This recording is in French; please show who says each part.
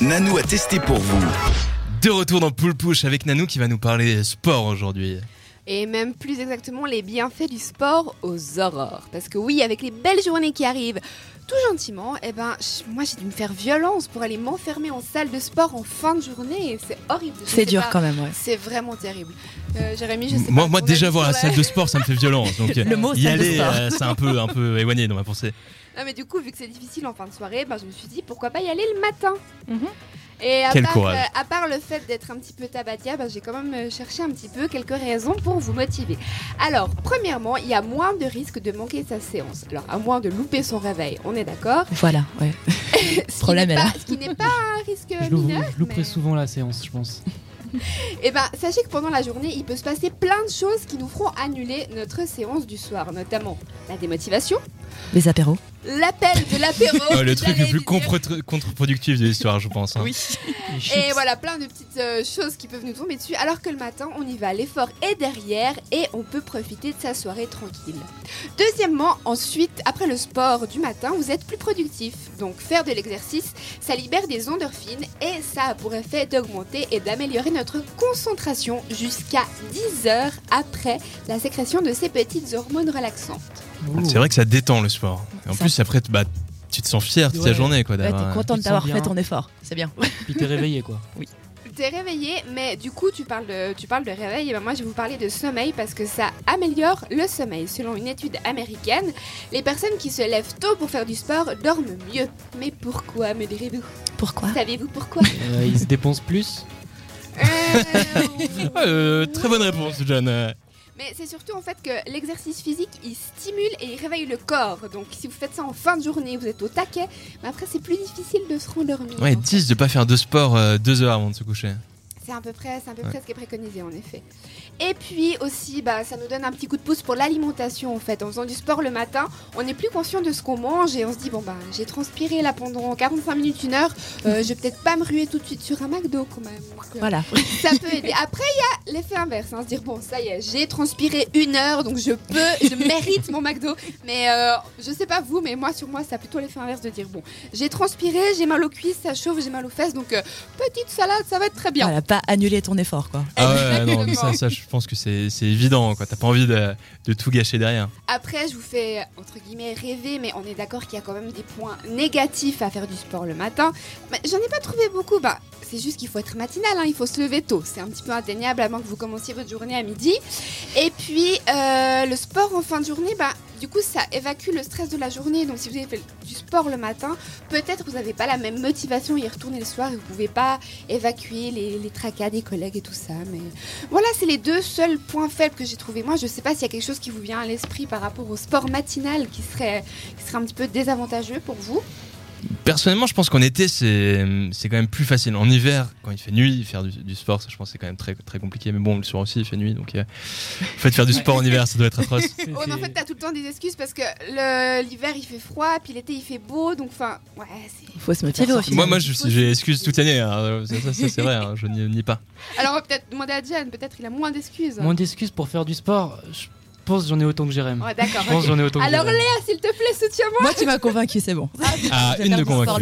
Speaker 1: Nanou a testé pour vous.
Speaker 2: De retour dans Poule Push avec Nanou qui va nous parler sport aujourd'hui.
Speaker 3: Et même plus exactement les bienfaits du sport aux aurores. Parce que oui, avec les belles journées qui arrivent, tout gentiment, eh ben, ch- moi j'ai dû me faire violence pour aller m'enfermer en salle de sport en fin de journée. Et c'est horrible. Je sais
Speaker 4: C'est dur
Speaker 3: pas.
Speaker 4: quand même, ouais.
Speaker 3: C'est vraiment terrible. Euh, Jérémy, je sais
Speaker 2: Moi,
Speaker 3: pas
Speaker 2: moi
Speaker 3: ton
Speaker 2: déjà
Speaker 3: avis
Speaker 2: voir la
Speaker 3: sur
Speaker 2: salle de sport, ça me fait violence. Donc
Speaker 4: Le mot
Speaker 2: y
Speaker 4: salle de
Speaker 2: aller,
Speaker 4: sport.
Speaker 2: euh, c'est un peu, un peu éloigné dans ma pensée.
Speaker 3: Non mais du coup, vu que c'est difficile en fin de soirée, ben, je me suis dit pourquoi pas y aller le matin.
Speaker 4: Mhm.
Speaker 3: Et à
Speaker 2: Quel
Speaker 3: part,
Speaker 2: courage.
Speaker 3: euh, à part le fait d'être un petit peu tabatia, ben, j'ai quand même euh, cherché un petit peu quelques raisons pour vous motiver. Alors, premièrement, il y a moins de risque de manquer sa séance. Alors, à moins de louper son réveil, on est d'accord.
Speaker 4: Voilà, ouais.
Speaker 3: Ce qui
Speaker 4: Problème,
Speaker 3: n'est
Speaker 4: elle,
Speaker 3: pas-
Speaker 4: hein.
Speaker 3: Ce qui n'est pas un risque
Speaker 5: Je loupe,
Speaker 3: mineur.
Speaker 5: je louperai
Speaker 3: mais-
Speaker 5: souvent la séance, je pense.
Speaker 4: Oh,
Speaker 3: Eh ben, sachez que pendant la journée, il peut se passer plein de choses qui nous feront annuler notre séance du soir, notamment la démotivation,
Speaker 4: Les apéros.
Speaker 3: l'appel de l'apéro.
Speaker 2: Oh, le truc le
Speaker 3: j'allais
Speaker 2: plus
Speaker 3: dire.
Speaker 2: contre- contre-productif de l'histoire, je pense. hein.
Speaker 5: Les chips.
Speaker 3: Et voilà, plein de petites euh, choses qui peuvent nous tomber dessus, alors que le matin, on y va, à l'effort est derrière et on peut profiter de sa soirée tranquille. Deuxièmement, ensuite, après le sport du matin, vous êtes plus productif. Donc faire de l'exercice, ça libère des endorphines et ça a pour effet d'augmenter et d'améliorer notre concentration jusqu'à 10 heures après la sécrétion de ces petites hormones relaxantes.
Speaker 5: Ouh.
Speaker 2: Ah, C'est vrai que ça détend le sport. Et en
Speaker 4: Ça-
Speaker 2: plus, après, bah, tu te sens fier de ta
Speaker 5: Ouais.
Speaker 2: journée. Quoi,
Speaker 4: Ouais,
Speaker 2: d'avoir-
Speaker 4: t'es contente
Speaker 5: tu te
Speaker 4: d'avoir
Speaker 5: sens
Speaker 4: fait
Speaker 5: bien.
Speaker 4: ton effort. C'est bien.
Speaker 5: Puis t'es réveillé, quoi.
Speaker 3: T'es réveillé, mais du coup tu parles de, tu parles de réveil, et ben moi je vais vous parler de sommeil parce que ça améliore le sommeil. Selon une étude américaine, les personnes qui se lèvent tôt pour faire du sport dorment mieux. Mais pourquoi me direz-vous
Speaker 4: Pourquoi
Speaker 3: Savez-vous pourquoi
Speaker 5: Euh, ils se dépensent plus.
Speaker 3: Euh,
Speaker 2: Euh, très bonne réponse, John. Euh,
Speaker 3: Mais c'est surtout en fait que l'exercice physique il stimule et il réveille le corps. Donc si vous faites ça en fin de journée, vous êtes au taquet, mais après c'est plus difficile de se rendormir.
Speaker 2: Ouais, 10 de pas faire de sport euh, deux heures avant de se coucher.
Speaker 3: C'est à peu près, c'est à peu
Speaker 2: Ouais.
Speaker 3: près ce qui est préconisé en effet. Et puis aussi, bah, ça nous donne un petit coup de pouce pour l'alimentation en fait. En faisant du sport le matin, on n'est plus conscient de ce qu'on mange et on se dit bon bah j'ai transpiré là pendant 45 minutes, une heure, euh, je vais peut-être pas me ruer tout de suite sur un McDo quand même. Donc, euh,
Speaker 4: Voilà.
Speaker 3: ça peut aider. Après il y a l'effet inverse, hein, se dire bon ça y est, j'ai transpiré une heure donc je peux, je mérite mon McDo. Mais euh, je sais pas vous, mais moi sur moi ça a plutôt l'effet inverse de dire bon j'ai transpiré, j'ai mal aux cuisses, ça chauffe, j'ai mal aux fesses donc euh, petite salade ça va être très bien.
Speaker 4: Voilà, pas annuler ton effort, quoi.
Speaker 2: Ah ouais, non, mais
Speaker 3: Exactement.
Speaker 2: ça, ça, je pense que c'est c'est évident. quoi. T'as pas envie de, de tout gâcher derrière.
Speaker 3: Après, je vous fais entre guillemets rêver, mais on est d'accord qu'il y a quand même des points négatifs à faire du sport le matin. Mais j'en ai pas trouvé beaucoup. Bah, c'est juste qu'il faut être matinal, hein, il faut se lever tôt. C'est un petit peu indéniable avant que vous commenciez votre journée à midi. Et puis, euh, le sport en fin de journée, bah, du coup, ça évacue le stress de la journée. Donc, si vous avez fait du sport le matin, peut-être vous n'avez pas la même motivation à y retourner le soir et vous pouvez pas évacuer les, les tracas des collègues et tout ça. Mais voilà, c'est les deux seuls points faibles que j'ai trouvé. Moi, je sais pas s'il y a quelque chose qui vous vient à l'esprit par rapport au sport matinal qui serait, qui serait un petit peu désavantageux pour vous.
Speaker 2: Personnellement, je pense qu'en été, c'est c'est quand même plus facile. En hiver, quand il fait nuit, faire du, du sport, ça, je pense que c'est quand même très, très compliqué. Mais bon, le soir aussi, il fait nuit. Donc, euh, en fait, faire du sport en hiver, ça doit être atroce.
Speaker 5: C'est-
Speaker 3: Ouais, Oh, mais en fait, t'as tout le temps des excuses parce que le- l'hiver il fait froid, puis l'été il fait beau, donc enfin, ouais, c'est.
Speaker 4: Faut se motiver au
Speaker 2: Moi,
Speaker 4: final.
Speaker 2: moi, je- j'ai excuse toute l'année. hein. Ça, ça, ça, c'est vrai, hein, je n'y nie pas.
Speaker 3: Alors, on va peut-être demander à Jan, peut-être il a moins d'excuses.
Speaker 5: Mon excuse pour faire du sport, je pense que j'en ai autant que Jérém.
Speaker 3: Ouais, d'accord.
Speaker 5: Je pense que j'en ai autant que
Speaker 3: Alors,
Speaker 5: Jérém.
Speaker 3: Léa, s'il Ah, te plaît, soutiens-moi.
Speaker 4: Moi, tu m'as convaincu, c'est bon.
Speaker 2: Ah,
Speaker 4: Je vais
Speaker 2: une
Speaker 4: faire
Speaker 2: de
Speaker 4: du sport
Speaker 2: convaincue.